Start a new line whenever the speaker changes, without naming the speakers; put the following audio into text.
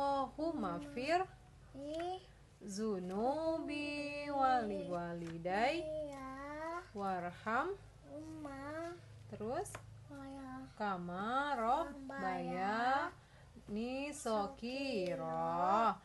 Allahumma fir zunubi wali walidai warham terus kamaro baya ni sokiro